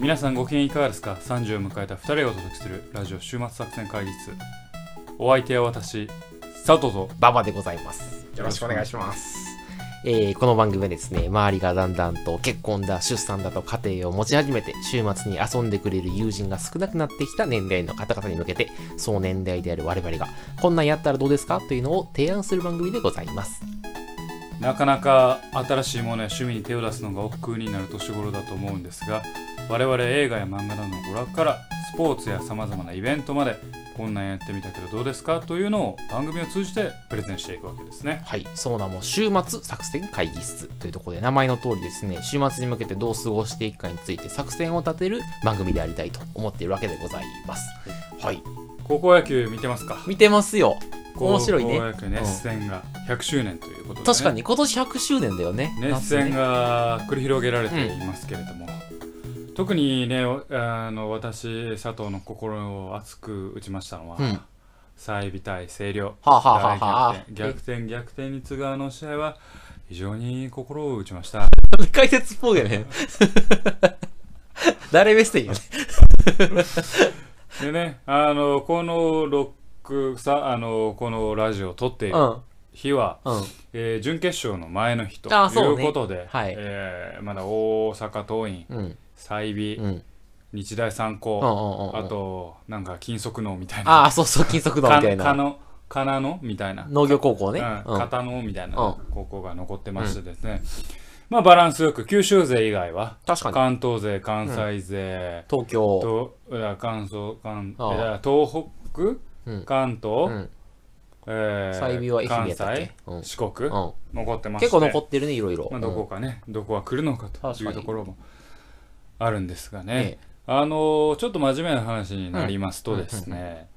皆さんご機嫌いかがですか ?30 を迎えた2人がお届けするラジオ週末作戦会議室お相手は私佐藤とババでございます。よろしくお願いします。えーこの番組はですね、周りがだんだんと結婚だ、出産だと家庭を持ち始めて、週末に遊んでくれる友人が少なくなってきた年代の方々に向けて、その年代である我々が、こんなんやったらどうですかというのを提案する番組でございます。なかなか新しいものや趣味に手を出すのが億劫になる年頃だと思うんですが我々映画や漫画などの娯楽からスポーツやさまざまなイベントまでこんなんやってみたけどどうですかというのを番組を通じてプレゼンしていくわけですねはい、その名も週末作戦会議室というところで名前の通りですね、週末に向けてどう過ごしていくかについて作戦を立てる番組でありたいと思っているわけでございます。はい。高校野球見てますか見てますよ。面白いね高校野球熱戦が100周年ということで、ね、確かに今年100周年だよね。熱戦が繰り広げられていますけれども、特にねおあの私佐藤の心を熱く打ちましたのは、うん再び対星稜はあはあはあはあ大逆転逆転逆転に次ぐあの試合は非常に心を打ちました夏ね。 解説っぽいよね。誰目線よね。でねあのこのロックさあのこのラジオを撮っているうん。日は、うん。えー準決勝の前の日とあそうねいうことで、はいえーまだ大阪桐蔭うん。済美、うん。うん。日大三高、うん。あ、と、なんか、金属能みたいな。ああ、そうそう、金属道みかたいかな。の、かなのみたいな。農業高校ね。うん、片のみたいなうん高校が残ってましてですね。まあ、バランスよく、九州勢以外は、確かに。関東勢、関西勢、東京。と、いや関東、関、ああいや東北、うん関東、うん。えー済美は愛媛やったっけ関西、四う国、ん。残ってまして結構残ってるね、いろいろ。まあ、どこかね、どこが来るのかとい確かうにところもあるんですがうんねえ。えあのーちょっと真面目な話になりますとですね、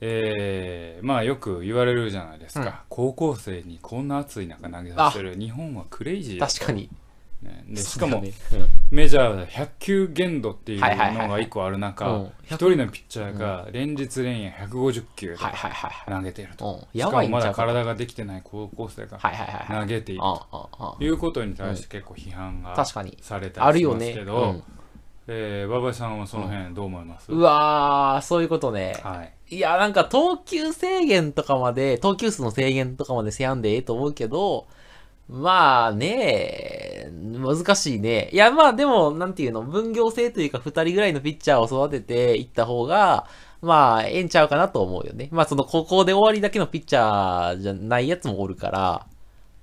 えーまあよく言われるじゃないですか、うん高校生にこんな暑い中投げさせる日本はクレイジーだ、確かに。ね、でしかそうもだねメジャーで100球限度っていうはいはいはいはいのが1個あるうん中一、人のピッチャーが連日連夜150球はいはいはいはい。投げてると、うん。しやかばいもんちゃまだうか。はい体ができてない高校生がはいはいはい。投げているうんうんということに対して結構批判うがん。確かに。されたあるりしよますね。けうど、んえー馬場さんはその辺どう思います、うわー、そういうことね。はいいや、なんか、投球制限とかまで、投球数の制限とかまでせやんでええと思うけど、まあね、難しいね。いや、まあでも、なんていうの、分業制というか、二人ぐらいのピッチャーを育てていった方が、まあ、ええんちゃうかなと思うよね。まあ、その、高校で終わりだけのピッチャーじゃないやつもおるから、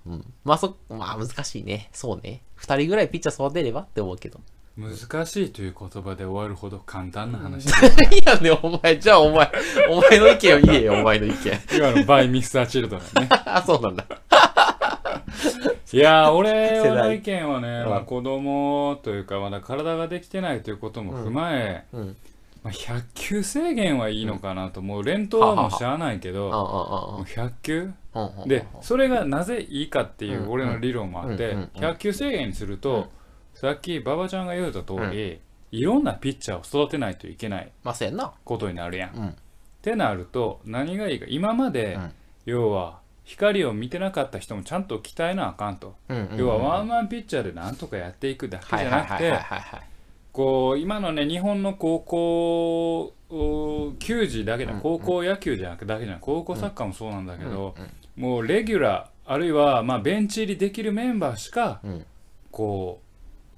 うん。まあ、そ、まあ、難しいね。そうね。二人ぐらいピッチャー育てればって思うけど。 難しいという言葉で終わるほど簡単な話、いやね、お前、じゃあお前、お前の意見を言えよ、お前の意見。 今のバイミスターチルドレンねあ、そうなんだ。い やー俺世代の意見はね、うんまあ、子供というかまだ体ができてないということも踏まえ、うんうんまあ、100球制限はいいのかなと、もう連投はもうしゃあないけど、もう100球でそれがなぜいいかっていううん俺の理論もあって、うんうんうん100球制限にすると、うんさっき馬場ちゃんが言うた通り、いろんなピッチャーを育てないといけないまあそうやんな。ことになるやんうん。ってなると何がいいか今まで、うん要は光を見てなかった人もちゃんと鍛えなあかんと、うん要はワンンマンピッチャーでなんとかやっていくだけはじいゃはいなくはいはいてはい。こう今のね日本の高校お球児だけじゃうん高校野球じゃなくだけじゃなく高校サッカーもそうなんだけど、うんもうレギュラーあるいはまあベンチ入りできるメンバーしかうんこう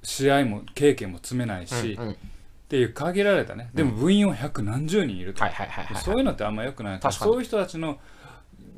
試合も経験も積めないし、っうんうんていう限られたねでも部員は百何十人いるとはいはいはいはい。そういうのってあんま良くないから確かにそういう人たちの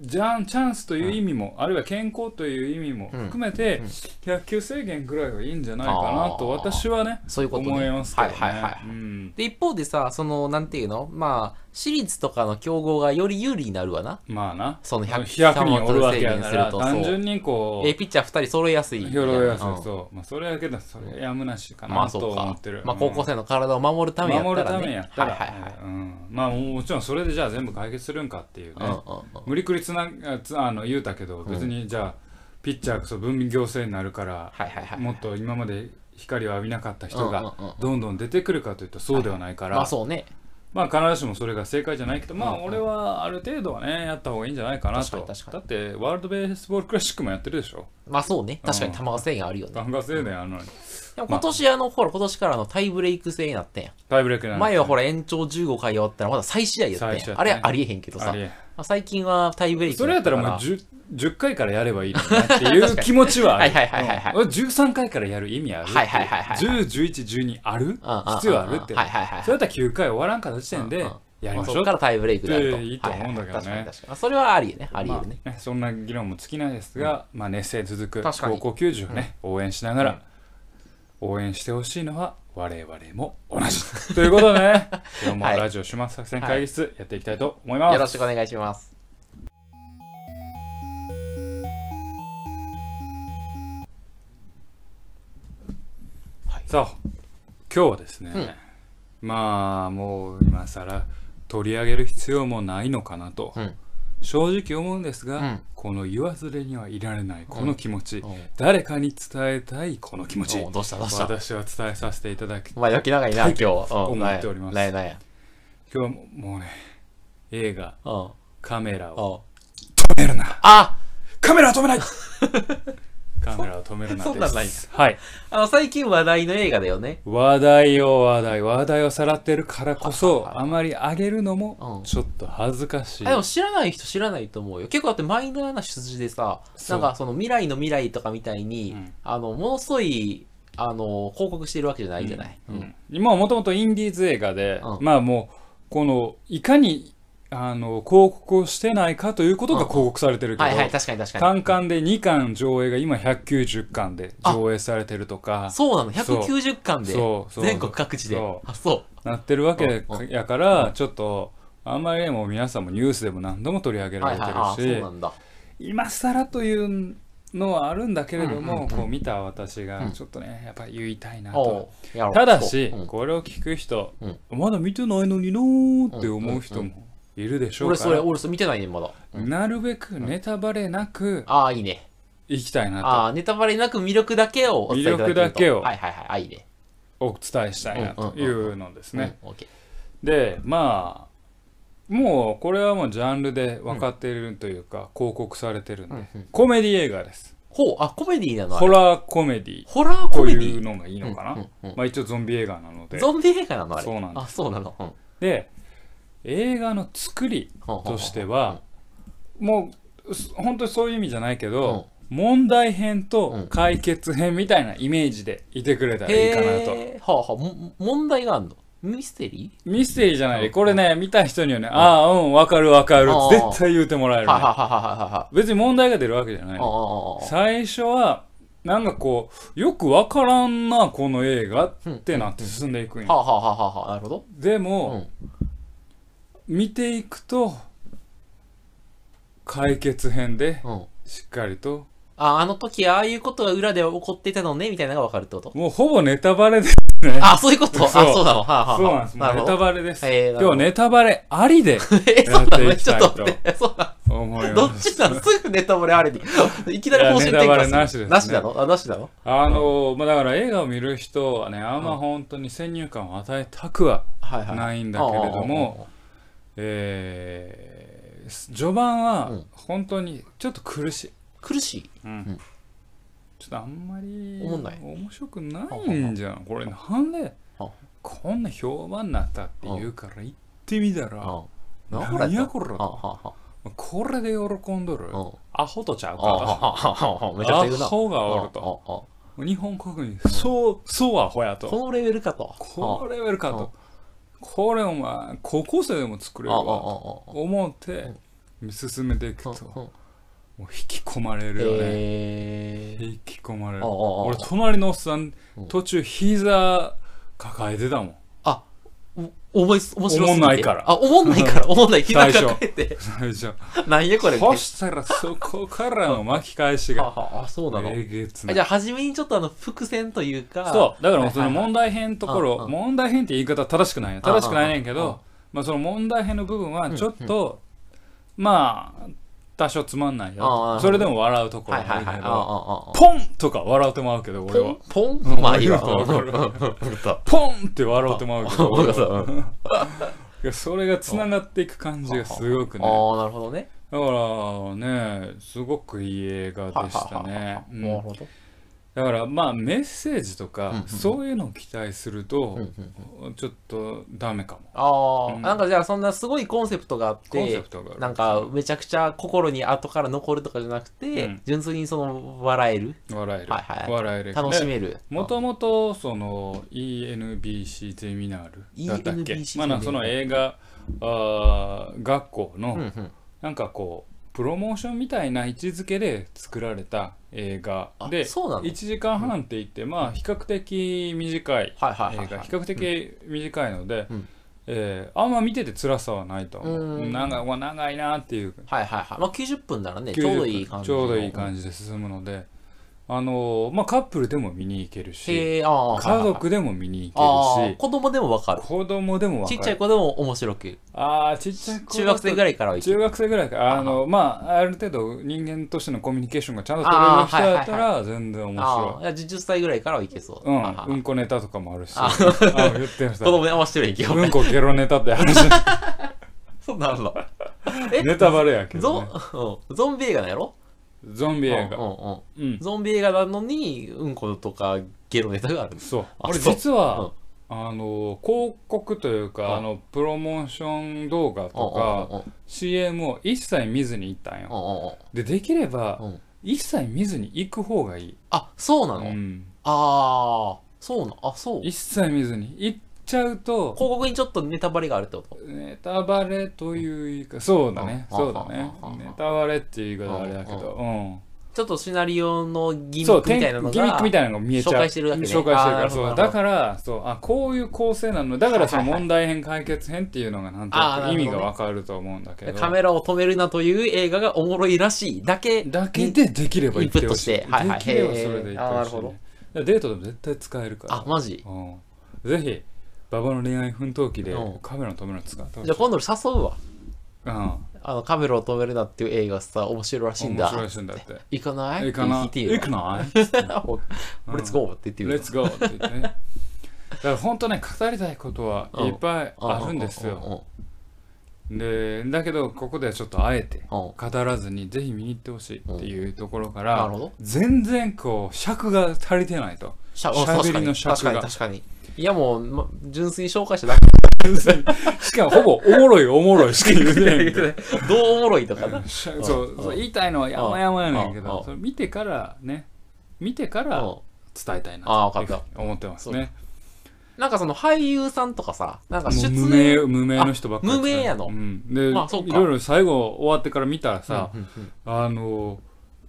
じゃんチャンスという意味も、あるいは健康という意味もうん含めて、100球制限ぐらいはいいんじゃないかなとあー私はねそういうことね思いますけどね、はいはいはいうん、で、一方でさ、その、なんていうのまあ、私立とかの競合がより有利になるわな。まあなその100 100人おるわけやか制限らすると単純にこうええピッチャー二人揃えやすい。広がりやすい、うんそう、まあ、それだけだそれやむなしかまなあとそう思かってる、。まあ、高校生の体を守るためやった守るらね。ためにやったら、はいはいはい。うん、まあもちろんそれでじゃあ全部解決するんかっていうね、うんうんうん無理くりつなあつあの言うたけど別にじゃあピッチャーこそ分業制になるから、はいはいはい。もっと今まで光を浴びなかった人がうんうんうんどんどん出てくるかというとそうではないから、まあそうね。まあ必ずしもそれが正解じゃないけど、まうんあうん俺はある程度はねやった方がいいんじゃないかなと確かに確かだってワールドベースボールクラシックもやってるでしょまあそうね。確かに球制限あるよね。漫画制限あるのに、ででも今年、あの、ほら、今年からのタイブレイク制になってんや。タイブレイクなん前はほら、ら、延長15回終わったらまだ再試合やったん再試合や。やったあれねはありえへんけどあさり。えまあ最近はタイブレイクそれやったらもうだか 10, 10回からやればいいのになって いう気持ちはある。はいはいはいはいはいうん俺13回からやる意味あるはいはいはいはい10、11、12あるうんうんうんうん必要あるって。はいはいはいそれやったら9回終わらんかった時点でうんうん、やりましそょっうからタイブレイクでやると。でいいと思うんだけどねはいはい確かに確かに。それはありえね。ありえるね。まあそんな議論も尽きないですが、まあ、熱戦続く確かに高校球児をね、応援しながら、応援してほしいのは我々も同じ ということでね今日もはいラジオ島作戦会議室やっていきたいと思います、よろしくお願いします。さあ今日はですね、うんまあもう今更取り上げる必要もないのかなと、うん正直思うんですが、うんこの言わずれにはいられないこの気持ち、うん誰かに伝えたいこの気持ち、おうどうしたどうした私は伝えさせていただきお前、余計長いな、今日。うん思っておりますないないない。今日はもうね映画うん。カメラをうん止めるなあカメラを 止めないカメラを止めるなそんなんないですはいあの、最近話題の映画だよね。話題を話題話題をさらってるからこはそははあまり上げるのうもんちょっと恥ずかしいあでも知らない人知らないと思うよ。結構だってマイナーな出自でさ、そなうんかその未来の未来とかみたいに、うんあの、ものすごい、あの、広告してるわけじゃないじゃない。うん今はもともとインディーズ映画でうんまあもうこのいかにあの広告をしてないかということがうん広告されてるけはいはい、ど確かに確かに。単館で2巻上映が今190巻で上映されてるとかそうなの、190巻で、そうそう全国各地でそ。あ、そなってるわけうんうやからちょっとあんまりもう皆さんもニュースでも何度も取り上げう。らはれいてはい、るあ、そうしなんだ。今更というのはあるんだけれどうんうんうもんこう見た私うがんちょっとねやっぱ言いたいなおうとやろうただしうんこれを聞く人うんまだ見てないのになーって思う人もいるでしょう俺かそれ、ら俺それ見てないね、まだ。うんなるべくネタバレなくああ、いいね。いきたいなああ、ネタバレなく魅力だけをお伝えいただけると魅力だけをはいはいはい、あ、いいね。とお伝えしたいなというのですね。うん。オッケでまあもうこれはもうジャンルで分かっているというか、広告されてるんで、ー。うんうんコメディ映画ですほう、あ、コメディなのあれホラーコメディホラーコとメデいィうのがいいのかな、うんうんうんまあ、一応ゾンビ映画なのでゾンビ映画なのあれ。そうなんですあ、そうなの。うんで映画の作りとしては、もうす本当にそういう意味じゃないけど、問題編と解決編みたいなイメージでいてくれたらいいかなと、へーはあはあ、も問題があるのミステリミステリーじゃないこれね見た人にはね、ああうん分かる分かるあー絶対言うてもらえーる、はねあ、はあはあはあはあは別に問題が出るわけじゃないあああああ最初はなんかこうよくわからんなこの映画ってなって進んでいくんあやはあはあはあはあなるほど。でうもん見ていくと解決編でうん。しっかりとあ、あの時ああいうことが裏で起こっていたのね、みたいなのがわかるってこともうほぼネタバレであ、そういうことあ、そうそうなの。はあはあはあそうなんですもなうるネほタど。バレですえーなる今ほ日どネタバレあ りでえ、そうなやのっていきちょたいっとと待って。そうなの思いどまっすちなのすぐネタバレあれに。 いきなり方針いやネタ転バレ換なしすでする。ねなしなのあ、なしなのあのーまあだから映画を見る人はねあんま本当に先入観を与えたくははいはい。ないんだけれども、えー序盤うはん本当にちょっと苦しい苦しい。うんちょっとあんまりおもんない面白くないんじゃんこれなんではこんな評判になったって言うから行ってみたらうん。なん何やこれはあはあはこれで喜んどるうんアホとちゃうあはかあはあはあはあめちゃくちゃ言うな。アホがおるとあああ日本国民そうそうアホやことのレベルかと。このレベルかうんとこれお前高校生でも作れるあああわあと思って進めていくとああああもう引き込まれるよねへえ。引き込まれるああああ俺隣のおっさんうん途中膝抱えてたもんあ、お、おもい、面白すぎておもんないからあ、おもんな いから、おもんない。膝最初抱えて。最初なんやこれ。そしたらそこからの巻き返しはあがはああ、そうなの。えげつなあいじゃあ、初めにちょっとあの、伏線というか。そうだからもうはいそのはいはい問題編とこうんろうん問題編って言い方は正しくないようんうん正しくないねんけうんうんどまあその問題編の部分はちょっとまあ多少つまんないあよあそれでも笑うところはいもあはいるはい。けああどあああポンとか笑うてまうけど俺はポンポンまあい いわ。うんわかるわポンって笑うてまうけど俺はうんいやそれがつながっていく感じがすごくねああ、なるほどね。だからねすごくいい映画でしたねははははうんなるほど。だからまあメッセージとか、うんうんそういうのを期待するとうん、うんちょっとダメかもああ、うんなんかじゃあそんなすごいコンセプトがあって、コンセプトがあるなんかめちゃくちゃ心に後から残るとかじゃなくて、うん純粋にその笑える、笑える、はいはい笑える楽しめる。もともとその ENBC ゼミナールだったっけ ENBC まあなんかその映画あー学校うんうのん。なんかこうプロモーションみたいな位置づけで作られた映画あでそうなの1時間半って言ってまあ比較的短いはいはいは映い、画はい比。較的短いので、うんえーあんま見てて辛さはないと思ううん長いわ長いなっていうはいはいはい。まあ90分ならね、 90ちょうどいい感じ。ちょうどいい感じで進むので、あのーまあ、カップルでも見に行けるしへえ、ああ。家族でも見に行あけるあー、し子供でもわかる。子供でもわかちるっちゃい子でも面白く。あーちっちゃい子中学生ぐらいらいからはいける中学生ぐらいかあのまあある程度人間としてのコミュニケーションがちゃんと取れる人だったら全然面あ白あ、いや10歳ぐらいからはいけそう。い、はいはいうんうんこネタとかもあるしああー言ってまし 子た供で合わせてるやんけ、う俺んこゲロネタって話 そうなんだ。えネタバレやけど、ゾね、ン、うんゾンビ映画なんやろゾンビ映う画んうんうん。うん、ゾンビ映画なのに、うんことかゲロネタがある。そうあ俺そう実は、あの広告というか、うんあのプロモーション動画とか、うんうんうん CM を一切見ずに行ったんうよ、んうでんできれば、うんうん。一切見ずに行く方がいい、あ、そうなうのん、ああ、そうな、あ、そう。広一切見ずに行っちゃうと告にちょっとネタバレがあるってことネタバレというかそうだねうんそうだねうんネタバレっていう言い方はあれだけどうんちょっとシナリオのギミそッう、クみたいなのが。ギミックみたいなのが見えちゃう。紹介してるわけね紹介してるかあーなら、るほどそう。なるほどだから、そう、あ、こういう構成なの。だからそのはいはいはい問題編解決編っていうのがなんとあーななくる意味ほどねがわかると思うんだけど。カメラを止めるなという映画がおもろいらしいだけだけでできれば言ってほしい。インプットしてはいはいできればそれで言ってほしい、ね。へーあーなるほどだからデートでも絶対使えるから。あマジうん。ぜひ、馬場の恋愛奮闘記でうんカメラの止めるの使ってほしじいゃあ。今度誘うわうん。あのカメラを止めるなっていう映画さ面白いらしいん面だ白い人だって。行かない行かなっいて言行ってくない よレッツゴーって言ってレッ言うツゴーって言ってね。だから本当ね、語りたいことはいっぱいあるんですよ。よでだけどここではちょっとあえて語らずにぜひ見に行ってほしいっていうところかならるほど全然こう尺が足りてないとしゃしゃべりの確かに尺が確かにいやもう、ま、純粋に紹介しただけしかもほぼおもろいおもろいしか言ってないみ たいなどうおもろいとかなしゃうんそうそう言いたいのはやまやまやねんけうんうどんそれ見てからね見てかうらん伝えたいなあとーわかっ思ってますねなんかその俳優さんとかさなんもかう出無演名無名の人ばっかりあ無名やのうんでいあそうかろいろ最後終わってから見たらさうんうんうんあの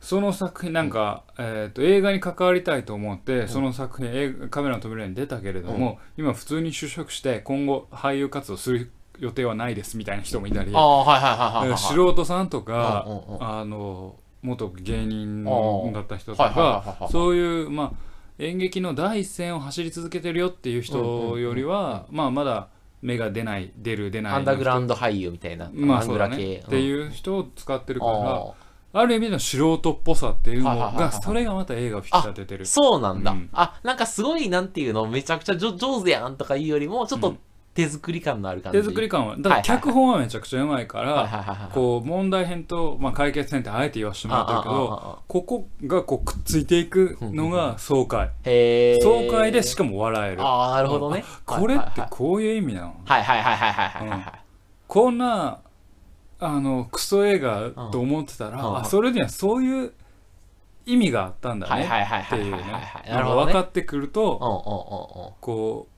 その作品なんか、えー、と映画に関わりたいと思って、その作品映画カメラの扉に出たけれども、今普通に就職して今後俳優活動する予定はないですみたいな人もいたりああはいはいはいはいはいえー素人さんとか、うんうんうんあの元芸人だった人とはいはいはいかはいそういう、まあ、演劇の第一線を走り続けてるよっていう人よりは、まあ、まだ芽が出ない出る出ないアンダーグラウンド俳優みたいな、まあアンそうグだラね、系ってうんいう人を使ってるから。あある意味の素人っぽさっていうのはいはいはいはが、いそれがまた映画を引き立ててーる。そうなんだ、うんあなんかすごいなんていうのめちゃくちゃじょ上手やんとかいうよりもちょっうとん手作り感のある感じ、手作り感は、だからはいはいはい脚本はめちゃくちゃうまいかはいはいら、はいはいこう問題編と、まあ、解決編ってあえて言わせてもらってるけあああああどあ、ここがこうくっついていくのが爽快。へー爽快でしかも笑える。ああなるほどねこれってはいこういう意味なのはいはいはいはいはいはいはいはいこんな、あの、クソ映画と思ってたうんら、あそれにはそういう意味があったんだはいはね。いはいってはいいうはねいは。いななんるかほど分ねかってくると、うこ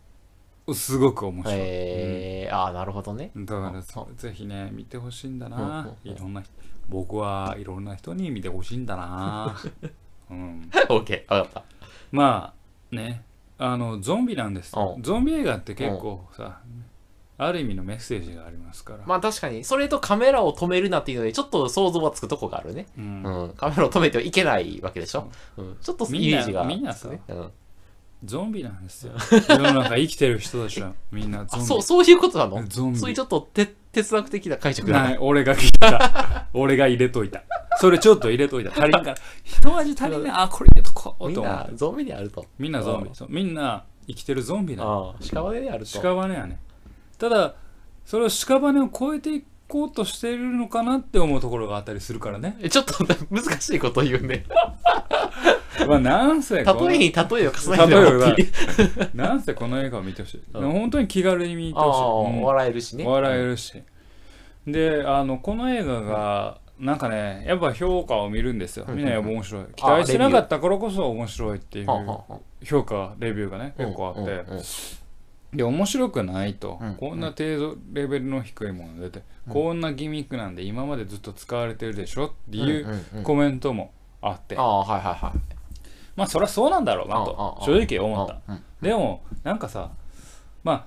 う、すごく面んうんうんうん白い。うんへえー、ああなる ほどねだからそぜひね見てほしいんだなうんうんいろんな人僕はいろんな人に見てほしいんだ な、うん、オッケーわかっまあねあのゾンビなんですうんゾンビ映画って結構さある意味のメッセージがありますから、たまあ確かにそれとカメラを止めるなっていうのでちょっと想像はつくとこがあるねうんうん、カメラを止めてはいけないわけでしょ、うん、ちょっとイメみんなージがみんなさうん、ゾンビなんですよ世の中生きてる人たちはみんなゾあンビそうそういうことなのゾンビそういうちょっとて哲学的な解釈なだい俺が聞いた俺が入れといたそれちょっと入れといた足りんから一味足りんね あこれ入れとこうみとん思っなてゾンビであるとみんなゾンビそうみんな生きてるゾンビなんですああ屍であると屍やねただそれを屍を超えていこうとしているのかなって思うところがあったりするから ね。えちょっと 難しいこと言うね。まあ、なんせ例このえに例えを重ねて例えもをらっていい。 なんせこの映画を見てほしい。うん本当に気軽に見てああ、ほしい。うん笑えるしね。笑えるし。で、あの、この映画が、なんかね、やっぱ評価を見るんですよ。うんみんなやっぱ面白い。期待してなかったからこそ面白いっていうはんはんはん評価、レビューがね、結構あうんうってん。うんで、面白くないとうん。こんな程度レベルの低いものが出て、こんなギミックなんで今までずっと使われてるでしょっていんううんううんコメントもあってあ、あ、はいはいはい。まあそりゃそうなんだろうなと、うんう正んうん直思った。。うんでもなんかさま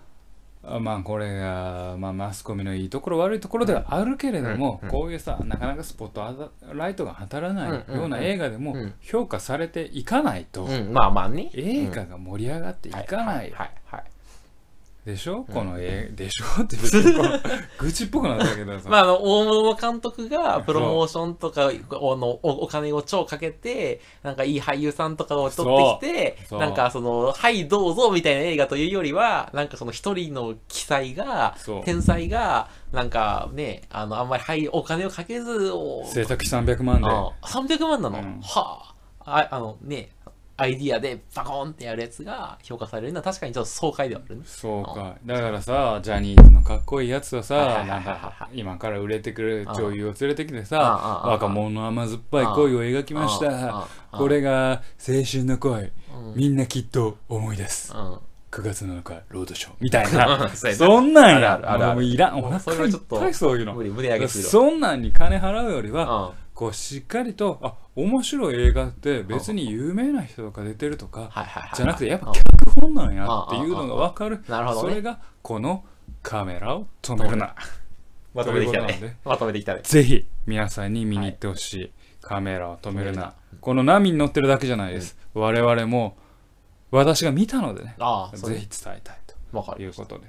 ああまあこれが、まあ、マスコミのいいところ悪いところではあるけれども、うんうんこういうさなかなかスポットあたライトが当たらないような映画でもうんうん評価されていかないと、うん、まあまあね。映画が盛り上がっていかないはいはい。でしょ、この映でしょって別にこ う愚痴っぽくなったけどさ、まあ、あの、大物の監督が、プロモーションとか、おのおお金を超かけて、なんかいい俳優さんとかを取ってきてそ、うなんかその、はい、どうぞみたいな映画というよりは、なんかその一人の奇才がそう、天才が、なんかね、あの、あんまり、はい、お金をかけず、お制作費300万であ300万なの、うんはああ、あのね、アイディアでバコンってやるやつが評価されるのは確かにちょっと爽快ではあるね。そうかだからさジャニーズのかっこいいやつとはいはいはさいなはんいか今から売れてくる女優を連れてきてあさあああ若者の甘酸っぱい恋を描きましああたあこれが青春の恋うんみんなきっと思い出すうん9月7日ロードショーみたいな そうやなそんなんあるあるあるやあるもういらんもうおそれ腹はいちょっっとぱいそういうの無理、胸上げするわ。そんなんに金払うよりはうんこうしっかりとあ面白い映画って別に有名な人が出てるとかはいはいはい。じゃなくてやっうぱん脚本なんやっていうのが分かるああああなるほどそねれがこのカメラを止めるなまとめてきたということなんでね。まとめてきたね。ぜひ皆さんに見に行ってほしい、カメラを止めるなこの波に乗ってるだけじゃないです、我々も私が見たのでねああ、そうぜねひ伝えたいわかとる。いうことで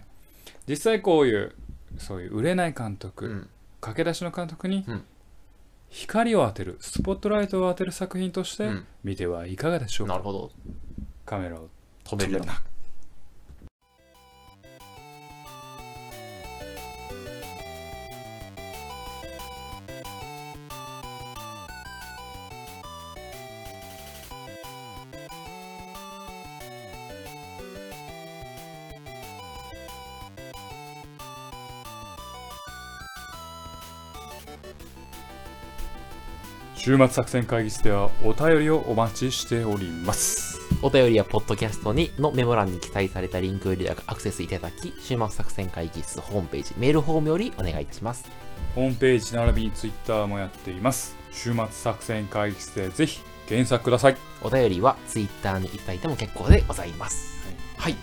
実際こういうそういう売れない監督、うん駆け出しの監督にうん光を当てるスポットライトを当てる作品としうてん見てはいかがでしょうか、なるほど。カメラを止めるな。週末作戦会議室ではお便りをお待ちしておりますお便りやポッドキャストにのメモ欄に記載されたリンクよりアクセスいただき、週末作戦会議室ホームページ、メールフォームよりお願いします。ホームページ並びにツイッターもやっています週末作戦会議室でぜひ検索くださいお便りは Twitter にいただいても結構でございます。はい。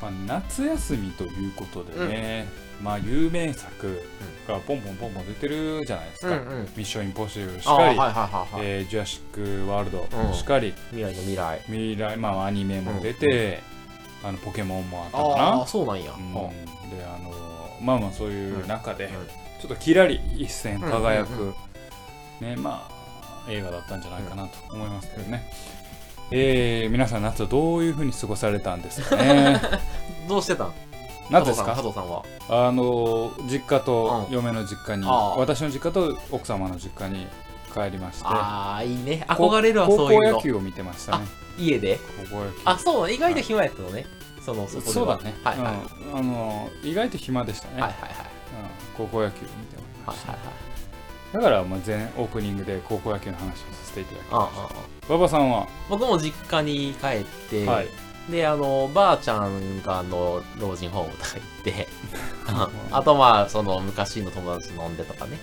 まあ、夏休みということでね、まあ有名作がポンポンポンポン出てるじゃないですか、うんうんミッションインポッシブルしああ、かはいり、はいはいはい。えージュラシック・ワールうドんしかり、未来の未来。未来まあアニメも出て、あのポケモンもあったああ、かそうなんや。な、うんうん、であのまあまあそういう中で、うんうんちょっとキラリ一閃輝く、うんうんねまあ映画だったんじゃないかなと思いますけどね、えー皆さん夏はどういうふうに過ごされたんですか ねどうしてたん夏です加か藤さん加藤さんは。あの実家とうん嫁の実家に、ああ私の実家と奥様の実家に帰りましてああ、いいね。こ憧れるわ、そうい高う校野の。球を見てましたね家で。高校野球あ、そう、意外と暇やったのね。その、そこではそうだね、はいはい。はいうんあの意外と暇でしたね、はいはい。うん高校野球を見てはまいしはたいはい。だからまあ前オープニングで高校野球の話をさせていただきああましああた馬場さんは、僕も実家に帰って、はいで、あの、ばあちゃんが、あの、老人ホームとか行 って、んあと、まあ、その、昔の友達と飲んでとかね。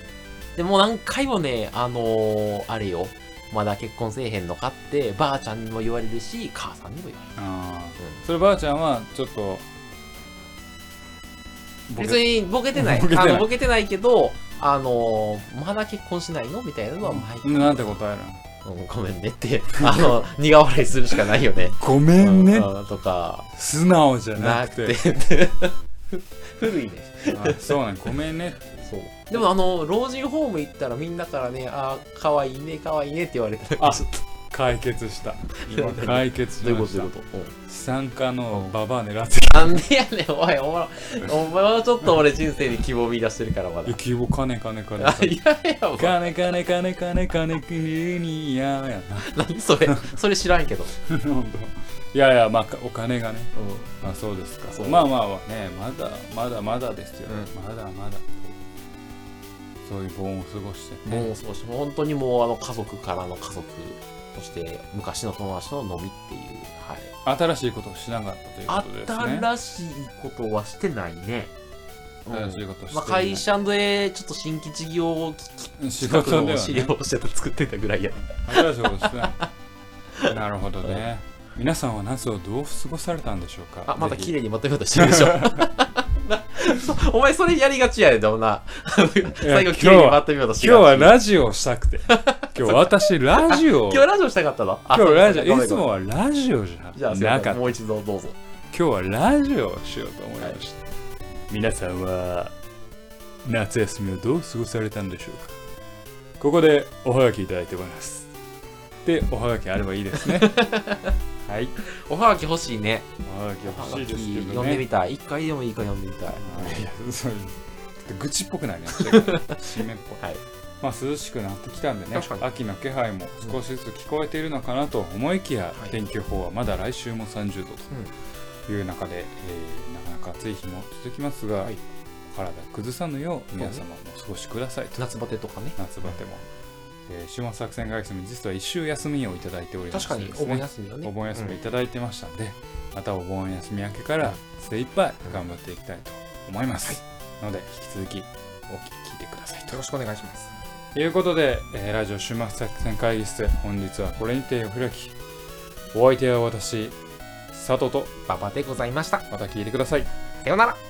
でもう何回もね、あのあれよ、まだ結婚せえへんのかって、ばあちゃんにも言われるし、母さんにも言わあれる。ーそればあちゃんはちょっとうん、僕別にボケてない。ボケてないあのボケてないけど、あのまだ結婚しないのみたいなのは毎回、なんて答えるのうんごめんねって、あの、苦笑いするしかないよね。ごめんねうんとか、素直じゃななくてくて。って 古いね。あそうなんごめんねそう。でもあの、老人ホーム行ったらみんなからね、あー、かわいいね、かわいいねって言われてた。あちょっと解決した今何解決しどういうまこしとどたういうことうん資産家のババア狙ってきなんでやねん、おい、お前、お前はちょっと俺人生に希望見出してるから、ま だた。希望金金金あ、いやいや、お金前、金金金金国やや何それ、 それ知らんけど。な本 当いやいやまあお金がねうまあそうですかそうまあまあねまだまだまだですよ、うまだまだそういう盆を過ごしてん。ねもう少し、もう本当にもう、あの、家族からの家族、そして、昔の友達との飲みっていう、はい。新しいことをしなかったということですね新しいことはしてないね。うん新しいことをしてまあ、ない会社で、ちょっと新規事業を仕企事画でのは、資ね料、をしてた作ってたぐらいや。新しいことしてない なるほどね皆さんは夏をどう過ごされたんでしょうかあ、まだぜひ綺麗にまとめようとしてる でしょ。なそお前それやりがちやでもな。最後綺麗にまとめようとして今日はラジオしたくて今日私ラジオ今日ラジオしたかった のあ今日ラジそうオかいつそうかもはラジオじゃじゃあすいなまかせっん、たもう一度どうぞ。今日はラジオをしようと思いました、皆さんは夏休みをどう過ごされたんでしょうかここでおはがきいただいておりますで おはがきあればいいですねはいおはがき欲しいね。おはがきおは欲がしいきですけどね読んでみたい。一回でもいいから読んでみたい。いやそういうちょっと愚痴っぽくなりましたけど締めっぽい、はいまあ涼しくなってきたんでね確かに秋の気配も少しずつ聞こえているのかなと思いきや、はい天気予報はまだ来週も30度という中で、えーなかなか暑い日も続きますが、はい体崩さぬよう皆様もお過ごしくださいと、夏バテとかね。夏バテも、えー、週末作戦会議室も実は1週休みをいただいておりまし確てかですに、おね盆休みだね。お盆休みういんただいてましたんで、またお盆休み明けから精一杯頑張っていきたいと思います、ので引き続きお聞き聞いてくださいよろしくお願いします。ということで、えーラジオ週末作戦会議室本日はこれにてお開きお相手は私佐藤とババでございました。また聞いてくださいさようなら。